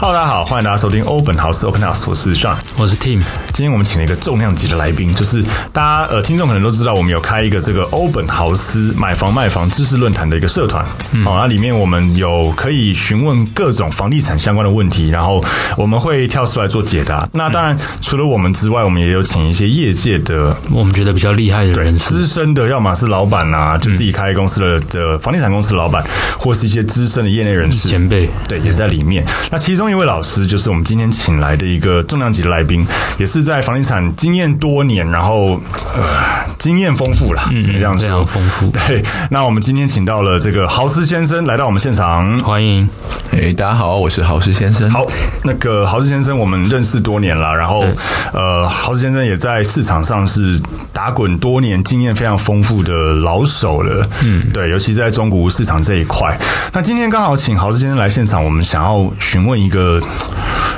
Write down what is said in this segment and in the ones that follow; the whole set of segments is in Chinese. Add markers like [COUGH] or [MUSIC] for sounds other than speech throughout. Hello，大家好，欢迎大家收听 Open House Open House，我是 Sean。我是 Tim，今天我们请了一个重量级的来宾，就是大家呃听众可能都知道，我们有开一个这个 Open House 买房卖房知识论坛的一个社团，好、那里面我们有可以询问各种房地产相关的问题，然后我们会跳出来做解答。那当然，除了我们之外，我们也有请一些业界的我们觉得比较厉害的对，人士，资深的，要么是老板啊，就自己开公司的的房地产公司的老板，或是一些资深的业内人士前辈对，也在里面。那其中一位老师就是我们今天请来的一个重量级的来宾，也是在房地产经验多年，然后呃经验丰富啦，只能这样非常说。丰富。对，那我们今天请到了这个豪斯先生来到我们现场。欢迎，哎、大家好，我是豪斯先生。好，那个豪斯先生，我们认识多年了，然后呃，豪斯先生也在市场上是打滚多年，经验非常丰富的老手了。嗯，对，尤其在中古市场这一块。那今天刚好请豪斯先生来现场，我们想要询问一个，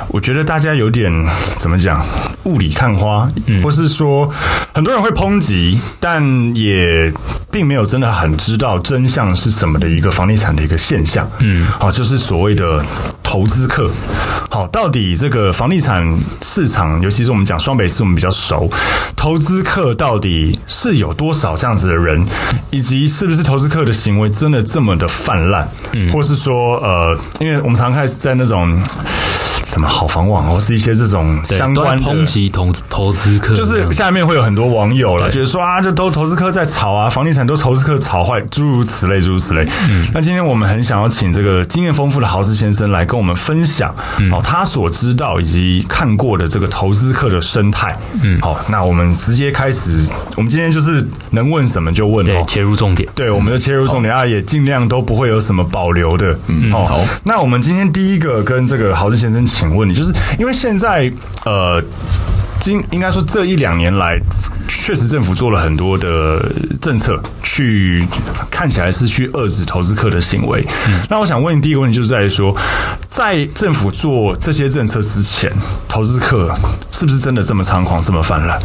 我觉得大家有点怎么讲，雾里看花，或是说很多人会抨击，但也并没有真的很知道真相是什么的一个房地产的一个现象。嗯，好，就是所谓的投资客。好，到底这个房地产市场，尤其是我们讲双北市，我们比较熟，投资客到底是有多少这样子的人，以及是不是投资客的行为真的这么的泛滥，嗯或是说呃，因为我们常看在那种什么好房网，或是一些这种对相关都的在抨击投投资客这就样，是下面会有很多网友了，觉得说啊，这都投资客在炒啊，房地产都投资客炒坏，诸如此类，诸如此类。嗯那今天我们很想要请这个经验丰富的豪斯先生来跟我们分享，嗯哦，他所知道以及看过的这个投资客的生态。嗯，好，那我们直接开始，我们今天就是能问什么就问对哦。切入重点。对，我们就切入重点啊，也尽量都不会有什么保留的。嗯，哦、好。那我们今天第一个跟这个豪志先生请问你，就是因为现在呃，今应该说这一两年来，确实政府做了很多的政策，去看起来是去遏制投资客的行为。嗯那我想问你第一个问题，就是在于说，在政府做这些政策之前，投资客是不是真的这么猖狂，这么泛滥？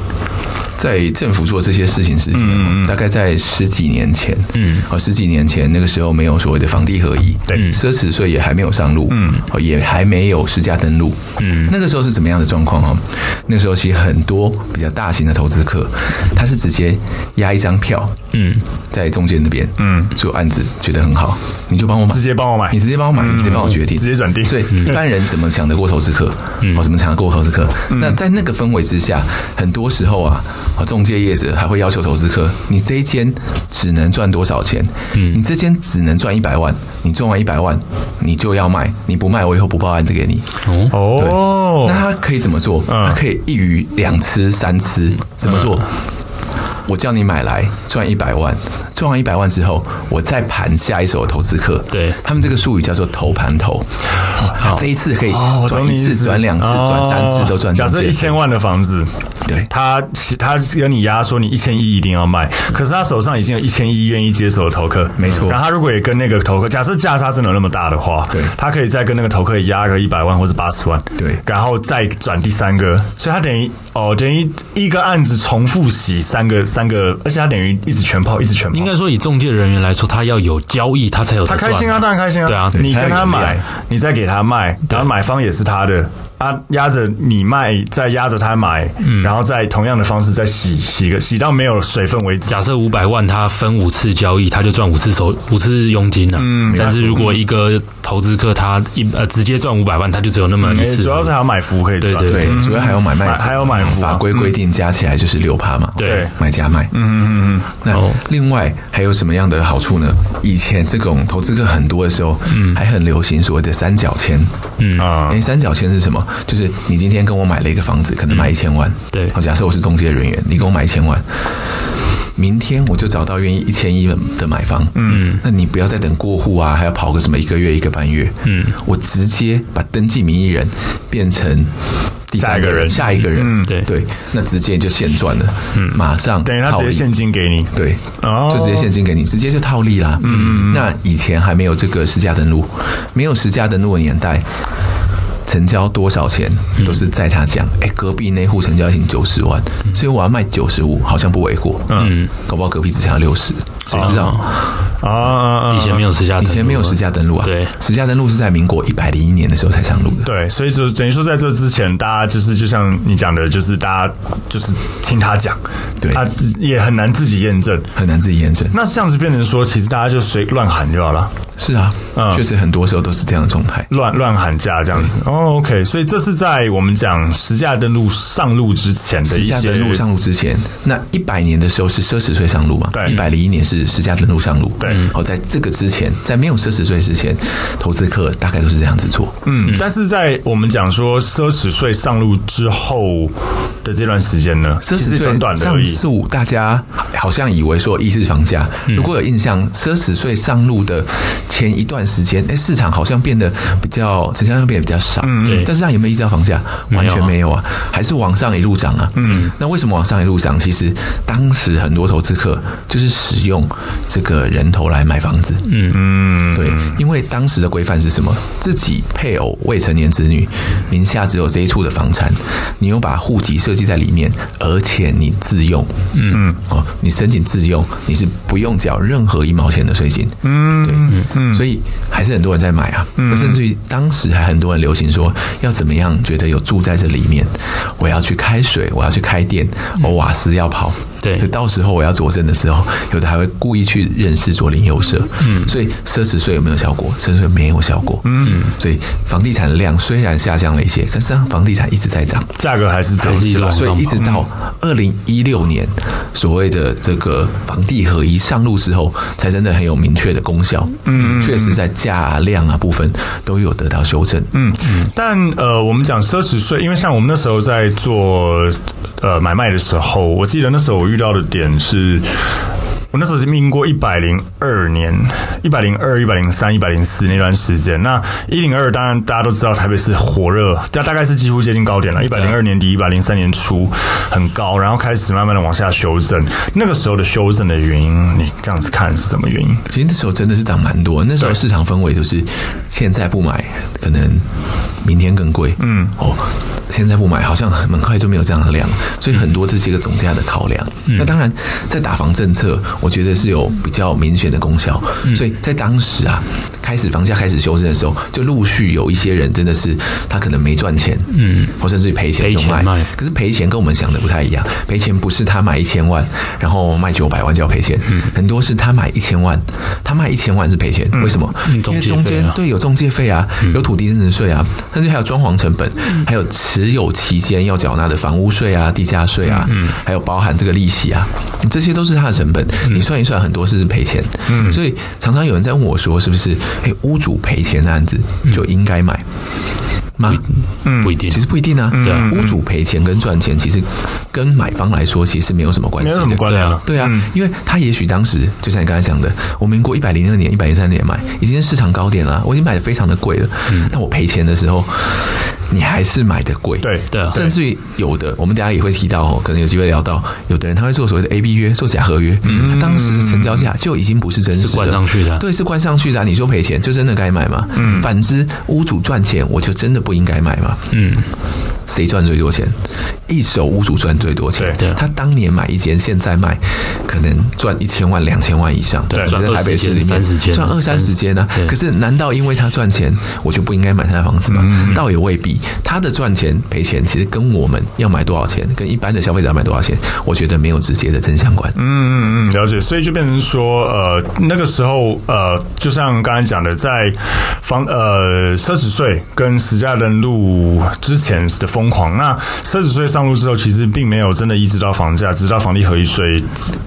在政府做这些事情之前，哦大概在十几年前，嗯，哦，十几年前那个时候没有所谓的房地合一，对嗯奢侈税也还没有上路，嗯，哦，也还没有实价登录，嗯，那个时候是怎么样的状况哈？哦那个时候其实很多比较大型的投资客，他是直接压一张票，嗯，在中间那边，嗯，做案子觉得很好，你就帮我买，直接帮我买嗯你直接帮我买，你直接帮我决定，直接转定嗯所以一般人怎么想得过投资客？哦，怎么想得过投资客？那在那个氛围之下，很多时候啊，哦，中介业者还会要求投资客，你这一间只能赚多少钱？嗯，你这间只能赚一百万，你赚完一百万，你就要卖，你不卖，我以后不报案子给你。哦嗯那他可以怎么做？他可以一鱼两吃三吃，怎么做？我叫你买来赚一百万，赚完一百万之后，我再盘下一手的投资客。对他们这个术语叫做头盘头，这一次可以哦，我转懂你一意次、思。转两次、哦转三次都赚假中设介一千万的房子，对他他跟你压说你一千一一定要卖，可是他手上已经有一千一愿意接手的投客，嗯没错然后他如果也跟那个投客，假设价差真的有那么大的话，对他可以再跟那个投客压个一百万或是八十万，对然后再转第三个，所以他等于哦等于一个案子重复洗三个三个，而且他等于一直全抛，一直全抛应。该说，以中介人员来说，他要有交易，他才有他得开心啊，赚当然开心啊。对啊你跟他他有能力买，你再给他卖，然后买方也是他的，啊，压着你卖，再压着他买，然后再同样的方式再洗洗个洗到没有水分为止。假设五百万，他分五次交易，他就赚五次手五次佣金了、嗯，但是如果一个投资客他一呃直接赚五百万，他就只有那么一诶次。嗯哎主要是还有买服务可以赚。对对对，主要还有买卖买服，还有买服法规规定加起来就是六趴嘛，对买加卖。嗯嗯嗯。那哦另外还有什么样的好处呢？以前这种投资客很多的时候，还很流行所谓的三角签。啊哎，三角签是什么？哦，就是你今天跟我买了一个房子，可能买一千万，对好，假设我是中介人员，你跟我买一千万。明天我就找到愿意一千一的买方，嗯，那你不要再等过户啊，还要跑个什么一个月一个半月，嗯，我直接把登记名义人变成第三个人，下一个人，嗯对对，那直接就现赚了，嗯，马上等于他直接套利现金给你。对，哦就直接现金给你，直接就套利啦。嗯，那以前还没有这个实价登录，没有实价登录的年代。成交多少钱都是在他讲，哎、隔壁那户成交仅九十万，所以我要卖九十五，好像不为过。嗯，哦搞不好隔壁只想要六十，谁知道？啊啊啊！以前没有实价，以前没有实，价登录啊。对实价登录是在民国一百零一年的时候才上路的。对，所以就等于说，在这之前，大家就是就像你讲的，就是大家就是听他讲，对他自也很难自己验证。很难自己验证。那这样子变成说，其实大家就随乱喊就好了，是啊，嗯嗯确、实很多时候都是这样的状态。乱乱喊价这样子。哦，OK，所以这是在我们讲实价登录上路之前的实一价些登录上路之前，那一百年的时候是奢侈税上路嘛？对一百零一年是实价登录上路。对好，在这个之前，在没有奢侈税之前，投资客大概都是这样子做。嗯，但是在我们讲说奢侈税上路之后的这段时间呢，奢其实侈短短税的而上已。诉，大家好像以为说一是房价，嗯如果有印象，奢侈税上路的前一段时间，哎，市场好像变得比较成交量变得比较少，嗯对但是它有没有抑制到房价？完全没有啊，还是往上一路涨啊。嗯，那为什么往上一路涨？其实当时很多投资客就是使用这个人头来买房子，对，因为当时的规范是什么？自己配偶、未成年子女名下只有这一处的房产，你有把户籍设计在里面，而且你自用，嗯哦，你申请自用，你是不用缴任何一毛钱的税金，嗯，对，嗯，所以还是很多人在买啊，那甚至于当时还很多人流行说要怎么样，觉得有住在这里面，我要去开水，我要去开店，我瓦斯要跑，对就到时候我要佐证的时候，有的还会故意去认识左邻右舍。嗯，所以奢侈税有没有效果？奢侈税没有效果。嗯，所以房地产量虽然下降了一些，可是房地产一直在涨。价格还是涨还，是一直往所上以一跑直到二零一六年，所谓的这个房地合一上路之后，才真的很有明确的功效。嗯，确实在价量啊部分都有得到修正。嗯，但呃，我们讲奢侈税，因为像我们那时候在做呃买卖的时候，我记得那时候我遇到的点是。我那时候是民国一百零二年、一百零二、一百零三、一百零四那段时间。那一零二当然大家都知道，台北是火热，大大概是几乎接近高点了。一百零二年底、一百零三年初很高，然后开始慢慢的往下修正。那个时候的修正的原因，你这样子看是什么原因？其实那时候真的是涨蛮多，那时候市场氛围就是现在不买，可能明天更贵。嗯，哦，现在不买好像很快就没有这样的量，所以很多这是一个总价的考量。嗯那当然，在打房政策，我觉得是有比较明显的功效，嗯所以在当时啊，开始房价开始修正的时候，就陆续有一些人真的是他可能没赚钱，嗯，或甚至于赔钱赔就钱卖，卖可是赔钱跟我们想的不太一样，赔钱不是他买一千万，然后卖九百万就要赔钱，嗯很多是他买一千万，他卖一千万是赔钱，为什么？因为中中介费间啊嗯对有中介费啊，有土地增值税啊，甚至还有装潢成本，还有持有期间要缴纳的房屋税啊、地价税啊，嗯还有包含这个利息啊，这些都是他的成本。嗯你算一算，很多是赔钱。所以常常有人在问我说，是不是？哎，屋主赔钱的案子就应该买吗？嗯嗯不一定其。实不一定啊，对啊屋主赔钱跟赚钱，其实跟买方来说，其实没有什么关没系有的，什么关嗯联了。对啊，因为他也许当时就像你刚才讲的，我民国一百零二年、一百零三年买，已经是市场高点了，我已经买的非常的贵了。嗯但我赔钱的时候，你还是买的贵。对对啊甚至于有的，我们等一下也会提到哦，可能有机会聊到，有的人他会做所谓的 A B 约，做假合约，嗯、他当时的成交价就已经不是真实的，是灌上去的啊对，是灌上去的啊、你说赔钱，就真的该买吗？嗯，反之屋主赚钱，我就真的不应该买嘛。嗯，谁赚最多钱？一手屋主赚最多钱，对对他当年买一间，现在卖可能赚一千万、两千万以上，对在台北市里面赚20间赚二三十间啊。对可是难道因为他赚钱，我就不应该买他的房子吗？倒也未必，他的赚钱赔钱，其实跟我们要买多少钱，跟一般的消费者要买多少钱，我觉得没有直接的正相关。嗯嗯嗯，了解。所以就变成说，呃，那个时候，呃，就像刚才讲的，在房呃奢侈税跟实价登录之前的疯狂，那奢侈税上路之后，其实并没有真的抑制到房价，直到房地合一税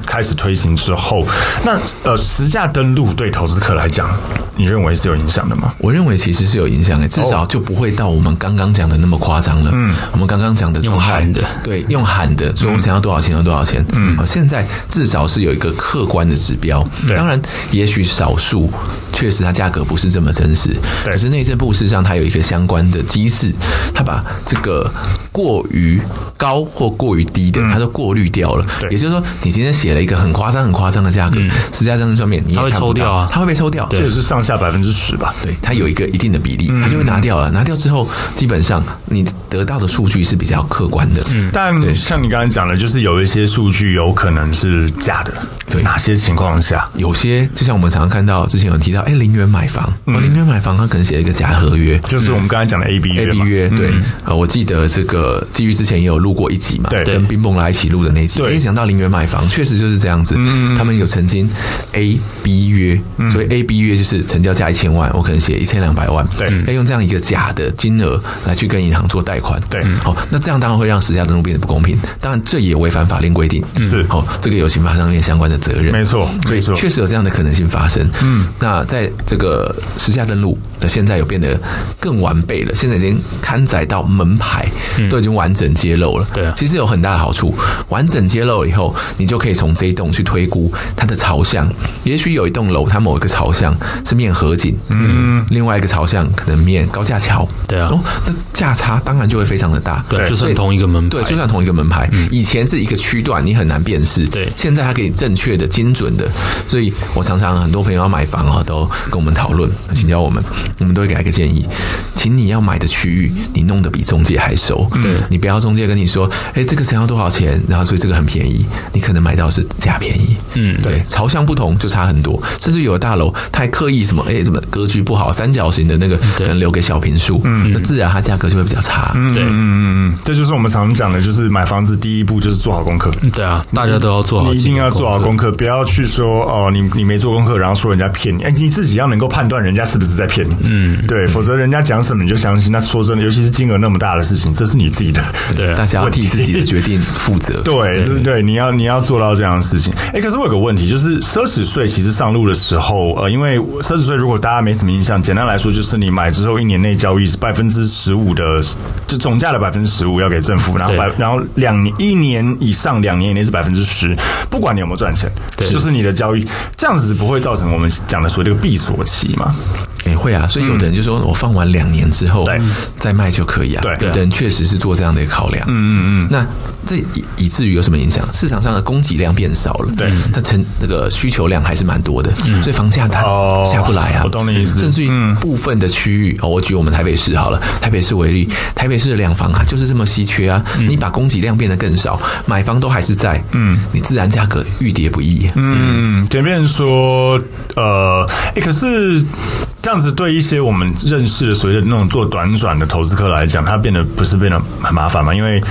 开始推行之后，那呃实价登录对投资客来讲，你认为是有影响的吗？我认为其实是有影响诶，哦至少就不会到我们刚刚讲的那么夸张了。嗯，我们刚刚讲的状用态喊的嗯对，用喊的说我想要多少钱有多少钱。嗯，现在至少是有一个客观的指标。对当然，也许少数确实它价格不是这么真实，对可是内政部事实上它有一个相关的机制，它把这个过于高或过于低嗯的，它都过滤掉了。对也就是说，你今天写了一个很夸张、很夸张的价格，实价登录上面你嗯也它会看不抽掉到啊它会被抽掉。对这也是上下百分之十吧。对，它有一个一定的比例，它就会拿掉啊了。拿掉之后，基本上你得到的数据是比较客观的。嗯，但对像你刚才讲的，就是有一些数据有可能是假的。对哪些情况下？有些就像我们常常看到，之前有人提到，哎、零元买房，哦，零元买房，他可能写了一个假合约。就是我们刚才讲的 A B 嗯 A 约 B 嘛。约对，呃，我记得这个基于之前也有录过一集嘛，对跟冰蹦来一起录的那一集，对嗯也讲到零元买房，确实就是这样子。他们有曾经 A B 约，所以 A B 约就是成交价一千万，我可能写一千两百万，嗯对要用这样一个假的金额来去跟银行做贷款，嗯对好，那这样当然会让实价登录变得不公平，当然这也违反法令规定，是好，这个有刑法上面相关的责任，没错所以没错确实有这样的可能性发生。嗯，那在这个实价登录的现在有变得更完备了，现在已经刊载到门牌、都已经完整揭露了。嗯对啊其实有很大的好处。完整揭露以后，你就可以从这一栋去推估它的朝向。也许有一栋楼，它某一个朝向是面河景，嗯，另外一个朝向可能面高架桥。对啊哦，那价差当然就会非常的大。对，就所以算同一个门牌嗯对，，就算同一个门牌，以前是一个区段，你很难辨识。对现在它可以正确的、精准的，所以我常常很多朋友要买房啊，都跟我们讨论，请教我们，我们都会给他一个建议，请你要买的区域，你弄得比中介还熟。嗯对，你不要中介跟你说，哎，这个想要多少钱，然后所以这个很便宜，你可能买到的是假便宜。嗯对，朝向不同就差很多，甚至有的大楼它还刻意什么，哎，怎么格局不好，三角形的那个嗯可能留给小平数，那自然它价格就会比较差。对嗯嗯嗯，这就是我们常讲的，就是买房子第一步就是做好功课。对啊，大家都要做好，嗯你一定要做好功。课，不要去说哦，你你没做功课，然后说人家骗你，哎，你自己要能够判断人家是不是在骗你，嗯，对，否则人家讲什么你就相信。那说真的，尤其是金额那么大的事情，这是你自己的，对啊大家要替自己的决定负责。对对对，你要你要做到这样的事情。哎，可是我有个问题，就是奢侈税其实上路的时候，呃，因为奢侈税如果大家没什么印象，简单来说就是你买之后一年内交易是百分之十五的，就总价的百分之十五要给政府，然后百对然后两年一年以上两年以内是百分之十，不管你有没有赚钱，就是你的交易，这样子不会造成我们讲的所谓这个闭锁期嘛？也、会啊，所以有的人就说我放完两年之后对再卖就可以啊。嗯对有的人确实是做这样的一个考量。嗯嗯嗯。那这以以至于有什么影响？市场上的供给量变少了，嗯对，嗯它成那个需求量还是蛮多的，所以房价它哦下不来啊。我懂你意思嗯甚至于部分的区域、哦，我举我们台北市好了，台北市为例，台北市的两房啊就是这么稀缺啊，嗯你把供给量变得更少，买方都还是在，嗯，你自然价格遇跌不易。啊嗯，前面说，呃，诶可是这样子对一些我们认识的所谓的那种做短转的投资客来讲，它变得不是变得很呃麻烦嘛？因为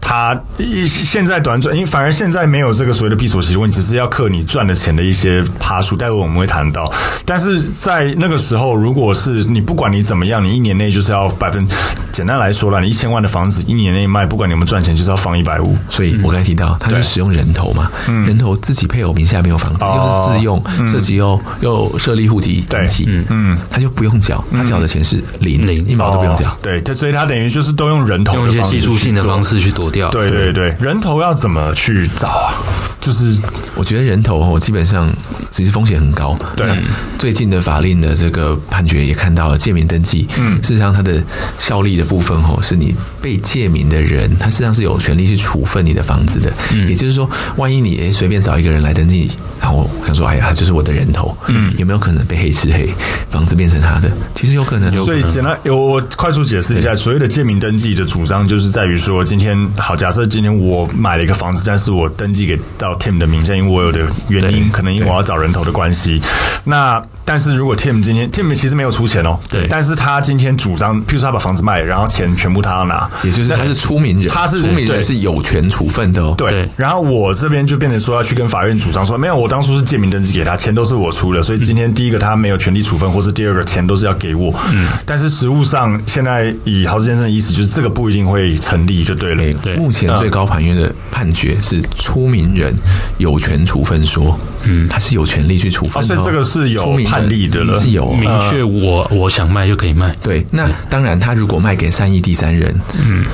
他现在短转，因为反而现在没有这个所谓的闭锁期问题，只是要克你赚的钱的一些趴数，待会我们会谈到。但是在那个时候，如果是你不管你怎么样，你一年内就是要百分，简单来说啦，你一千万的房子一年内卖，不管你有没有赚钱，就是要放一百五。所以我刚才提到，他是使用人头嘛，人头自己配偶名下没有房子，哦又是自用，涉及又又设立户籍登记，嗯，他就不用缴，他缴的钱是零，零一毛都不用缴哦。对，他所以他等于就是都用人头用的一些方式技术性的去做方式去躲掉。对对对，人头要怎么去找啊？就是我觉得人头哦，基本上其实风险很高。对那最近的法令的这个判决也看到了，借名登记，嗯，事实上它的效力的部分哦，是你被借名的人，他事实上是有权利去处分你的房子的。嗯，也就是说，万一你诶随便找一个人来登记，然后我想说，哎呀，他就是我的人头，嗯，有没有可能被黑吃黑，房子变成他的？其实有可能，所以简单，我我快速解释一下，所谓的借名登记的主张，就是在于说，今天好，假设今天我买了一个房子，但是我登记给到 Tim 的名下，因为我有的原因，可能因为我要找人头的关系。那但是如果 Tim 今天 Tim 其实没有出钱哦，对但是他今天主张，譬如说他把房子卖了，然后钱全部他要拿，也就是他是出名人，他是出名对人是有权处分的哦。对，对然后我这边就变成说要去跟法院主张说，没有，我当初是借名登记给他，钱都是我出的，所以今天第一个他没有权利处分，或是第二个钱都是要给我。嗯，但是实物上，现在以豪斯先生的意思，就是这个不一定会成立，就对了。哎对目前最高法院的判决是出名人有权处分说，嗯，他是有权利去处分、啊，哦所以这个是出有名判例的了。是有哦、明呃确我我想卖就可以卖，对，那当然，他如果卖给善意第三人，嗯，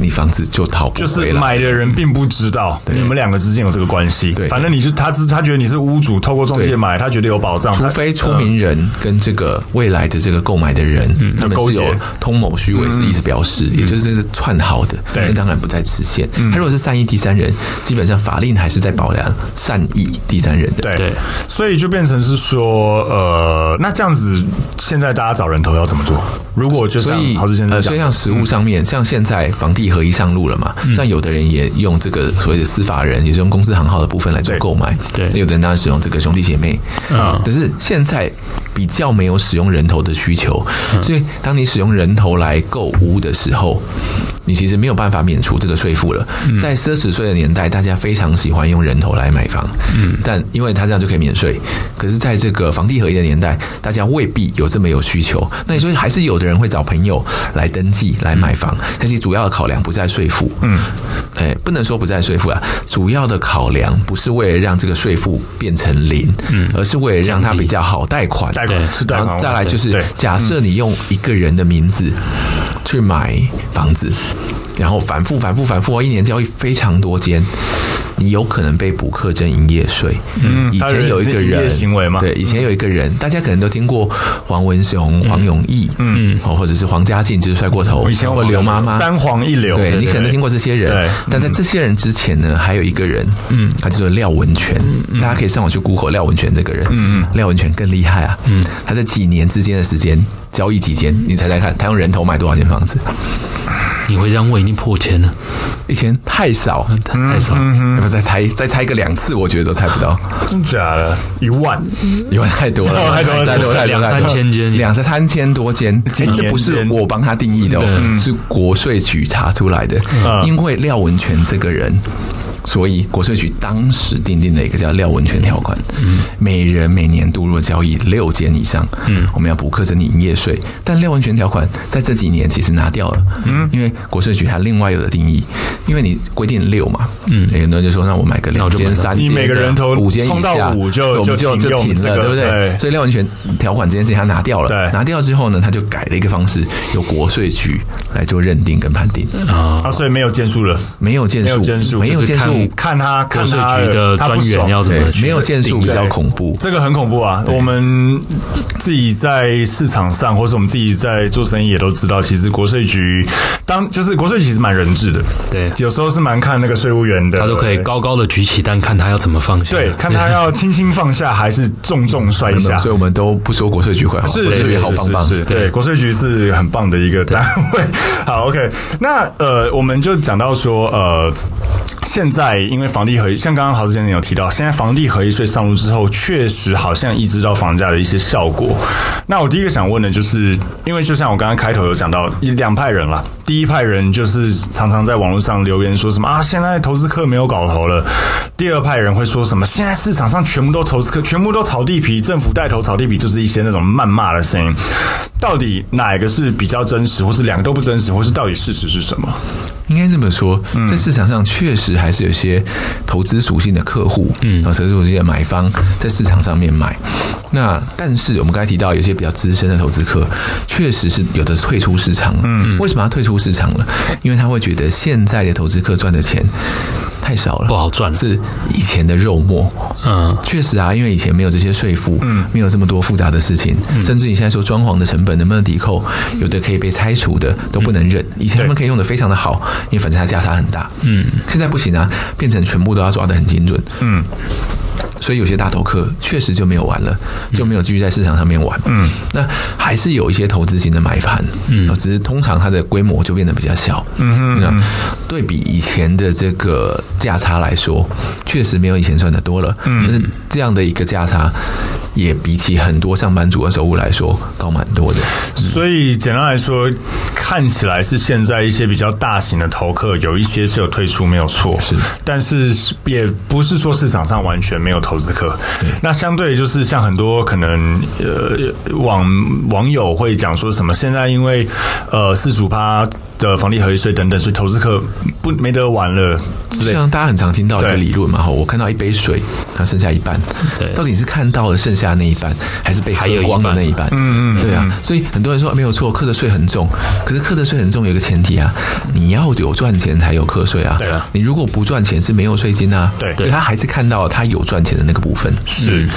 你房子就讨不就是回了。买的人并不知道你们两个之间有这个关系，对反正你就他知他觉得你是屋主，透过中介对买，他觉得有保障，除他非出名人跟这个未来的这个购买的人，他们勾是结有通谋虚伪是意思表示，也就是这是串好的，对嗯那当然不在此限。他如果是善意第三人，基本上法令还是在保量善意第三人的。对对所以就变成是说，呃，那这样子，现在大家找人头要怎么做？如果就所像以陶志先生呃，所讲的，以嗯像实物上面，像现在房地合一上路了嘛，像有的人也用这个所谓的司法人，也是用公司行号的部分来做对购买，对那有的人当然使用这个兄弟姐妹，嗯但是现在比较没有使用人头的需求，所以当你使用人头来购屋的时候。你其实没有办法免除这个税负了。在奢侈税的年代，大家非常喜欢用人头来买房，嗯，但因为他这样就可以免税。可是，在这个房地合一的年代，大家未必有这么有需求。那你说，还是有的人会找朋友来登记来买房，但是主要的考量不在税负，嗯，哎，不能说不在税负啊，主要的考量不是为了让这个税负变成零，嗯，而是为了让它比较好贷款，贷款对是贷然款问题，后再来就是对，假设你用一个人的名字去买房子，然后反复、反复、反复，哦一年交易非常多间，你有可能被补课征营业税。嗯以前有一个他的人是营业人行为嗯嘛对，以前有一个人，大家可能都听过黄文雄、黄永义，嗯，哦，或者是黄家劲，就是帅过头，哦以前或刘妈妈。三皇一流，对你可能都听过这些对人，但在这些人之前呢，还有一个人，嗯，他叫做廖文全，大家可以上网去 Google 廖文全这个人，嗯嗯，廖文全更厉害啊，嗯，他在几年之间的时间交易几间，你猜猜看，他用人头买多少间房子？你会这样问已经破千了，以前太少，太太少，嗯要不再猜再猜个两次，我觉得都猜不到，真假的，一万， [LAUGHS] 因为太多 [LAUGHS] 了，太多了太多了，两太多了三千间两三三千多间，哎年这不是我帮他定义的哦，是国税局查出来的。因为廖文全这个人，所以国税局当时定定了一个叫廖文全条款，嗯每人每年度若交易六间以上，嗯我们要补课征你营业税。但廖文全条款在这几年其实拿掉了，嗯因为国税局它另外有的定义，因为你规定六嘛，有很多人就说让我买个嗯两那我就买间了三间你的，每个人头五间以冲到下，五就我们就就停用停这了，个对不对对？所以廖文全条款这件事情他拿掉了，对拿掉之后呢，他就改了一个方式，由国税局来做认定跟判定，啊，所以没有建树了，没有件没有件数数，没就有是件看数，看他国看税他局的他专不员爽要怎么对，去没有件数定比较对恐怖。这个很恐怖啊！我们自己在市场上，或是我们自己在做生意，也都知道，其实国税局当就是国税局其实蛮人质的，对有时候是蛮看那个税务员的，他都可以高高的举起，但看他要怎么放下。对，看他要轻轻放下还是重重 [LAUGHS] 摔下。嗯所以我们都不说国税局坏话，是国税是局是好棒棒是。是对，国税局是很棒的一个单位。好，OK，那呃，我们就讲到说呃。现在因为房地合一，像刚刚豪子先生有提到，现在房地合一税上路之后，确实好像抑制到房价的一些效果。那我第一个想问的就是，因为就像我刚刚开头有讲到，一两派人啦，第一派人就是常常在网络上留言说什么啊，现在投资客没有搞头了；第二派人会说什么，现在市场上全部都投资客，全部都炒地皮，政府带头炒地皮，就是一些那种谩骂的声音。到底哪一个是比较真实，或是两个都不真实，或是到底事实是什么？应该这么说，在市场上确实还是有些投资属性的客户，嗯，投资属性的买方在市场上面买。那但是我们刚才提到，有些比较资深的投资客，确实是有的退出市场了。嗯，为什么要退出市场了？因为他会觉得现在的投资客赚的钱太少了，不好赚了是以前的肉末。嗯，确实啊，因为以前没有这些税负，嗯，没有这么多复杂的事情，甚至你现在说装潢的成本能不能抵扣，有的可以被拆除的都不能忍。以前他们可以用的非常的好，因为反正它价差很大，嗯，现在不行啊，变成全部都要抓得很精准，嗯。所以有些大头客确实就没有玩了，就没有继续在市场上面玩。嗯，那还是有一些投资型的买盘，嗯，只是通常它的规模就变得比较小。嗯哼，那对比以前的这个价差来说，确实没有以前赚的多了。嗯，但是这样的一个价差，也比起很多上班族的收入来说高蛮多的。所以简单来说，看起来是现在一些比较大型的投客有一些是有退出，没有错，是但是也不是说市场上完全没有投资客。那相对就是像很多可能呃网网友会讲说什么，现在因为呃四主趴。的房地合一税等等，所以投资客不没得玩了之就类的。像大家很常听到一个对理论嘛，吼，我看到一杯水，它剩下一半，对到底是看到了剩下那一半，还是被喝还有一光的半那一半？嗯嗯，对啊，所以很多人说没有错，课的税很重，可是课的税很重有一个前提啊，你要有赚钱才有课税啊，对啊，你如果不赚钱是没有税金啊，对所以他还是看到他有赚钱的那个部分，是，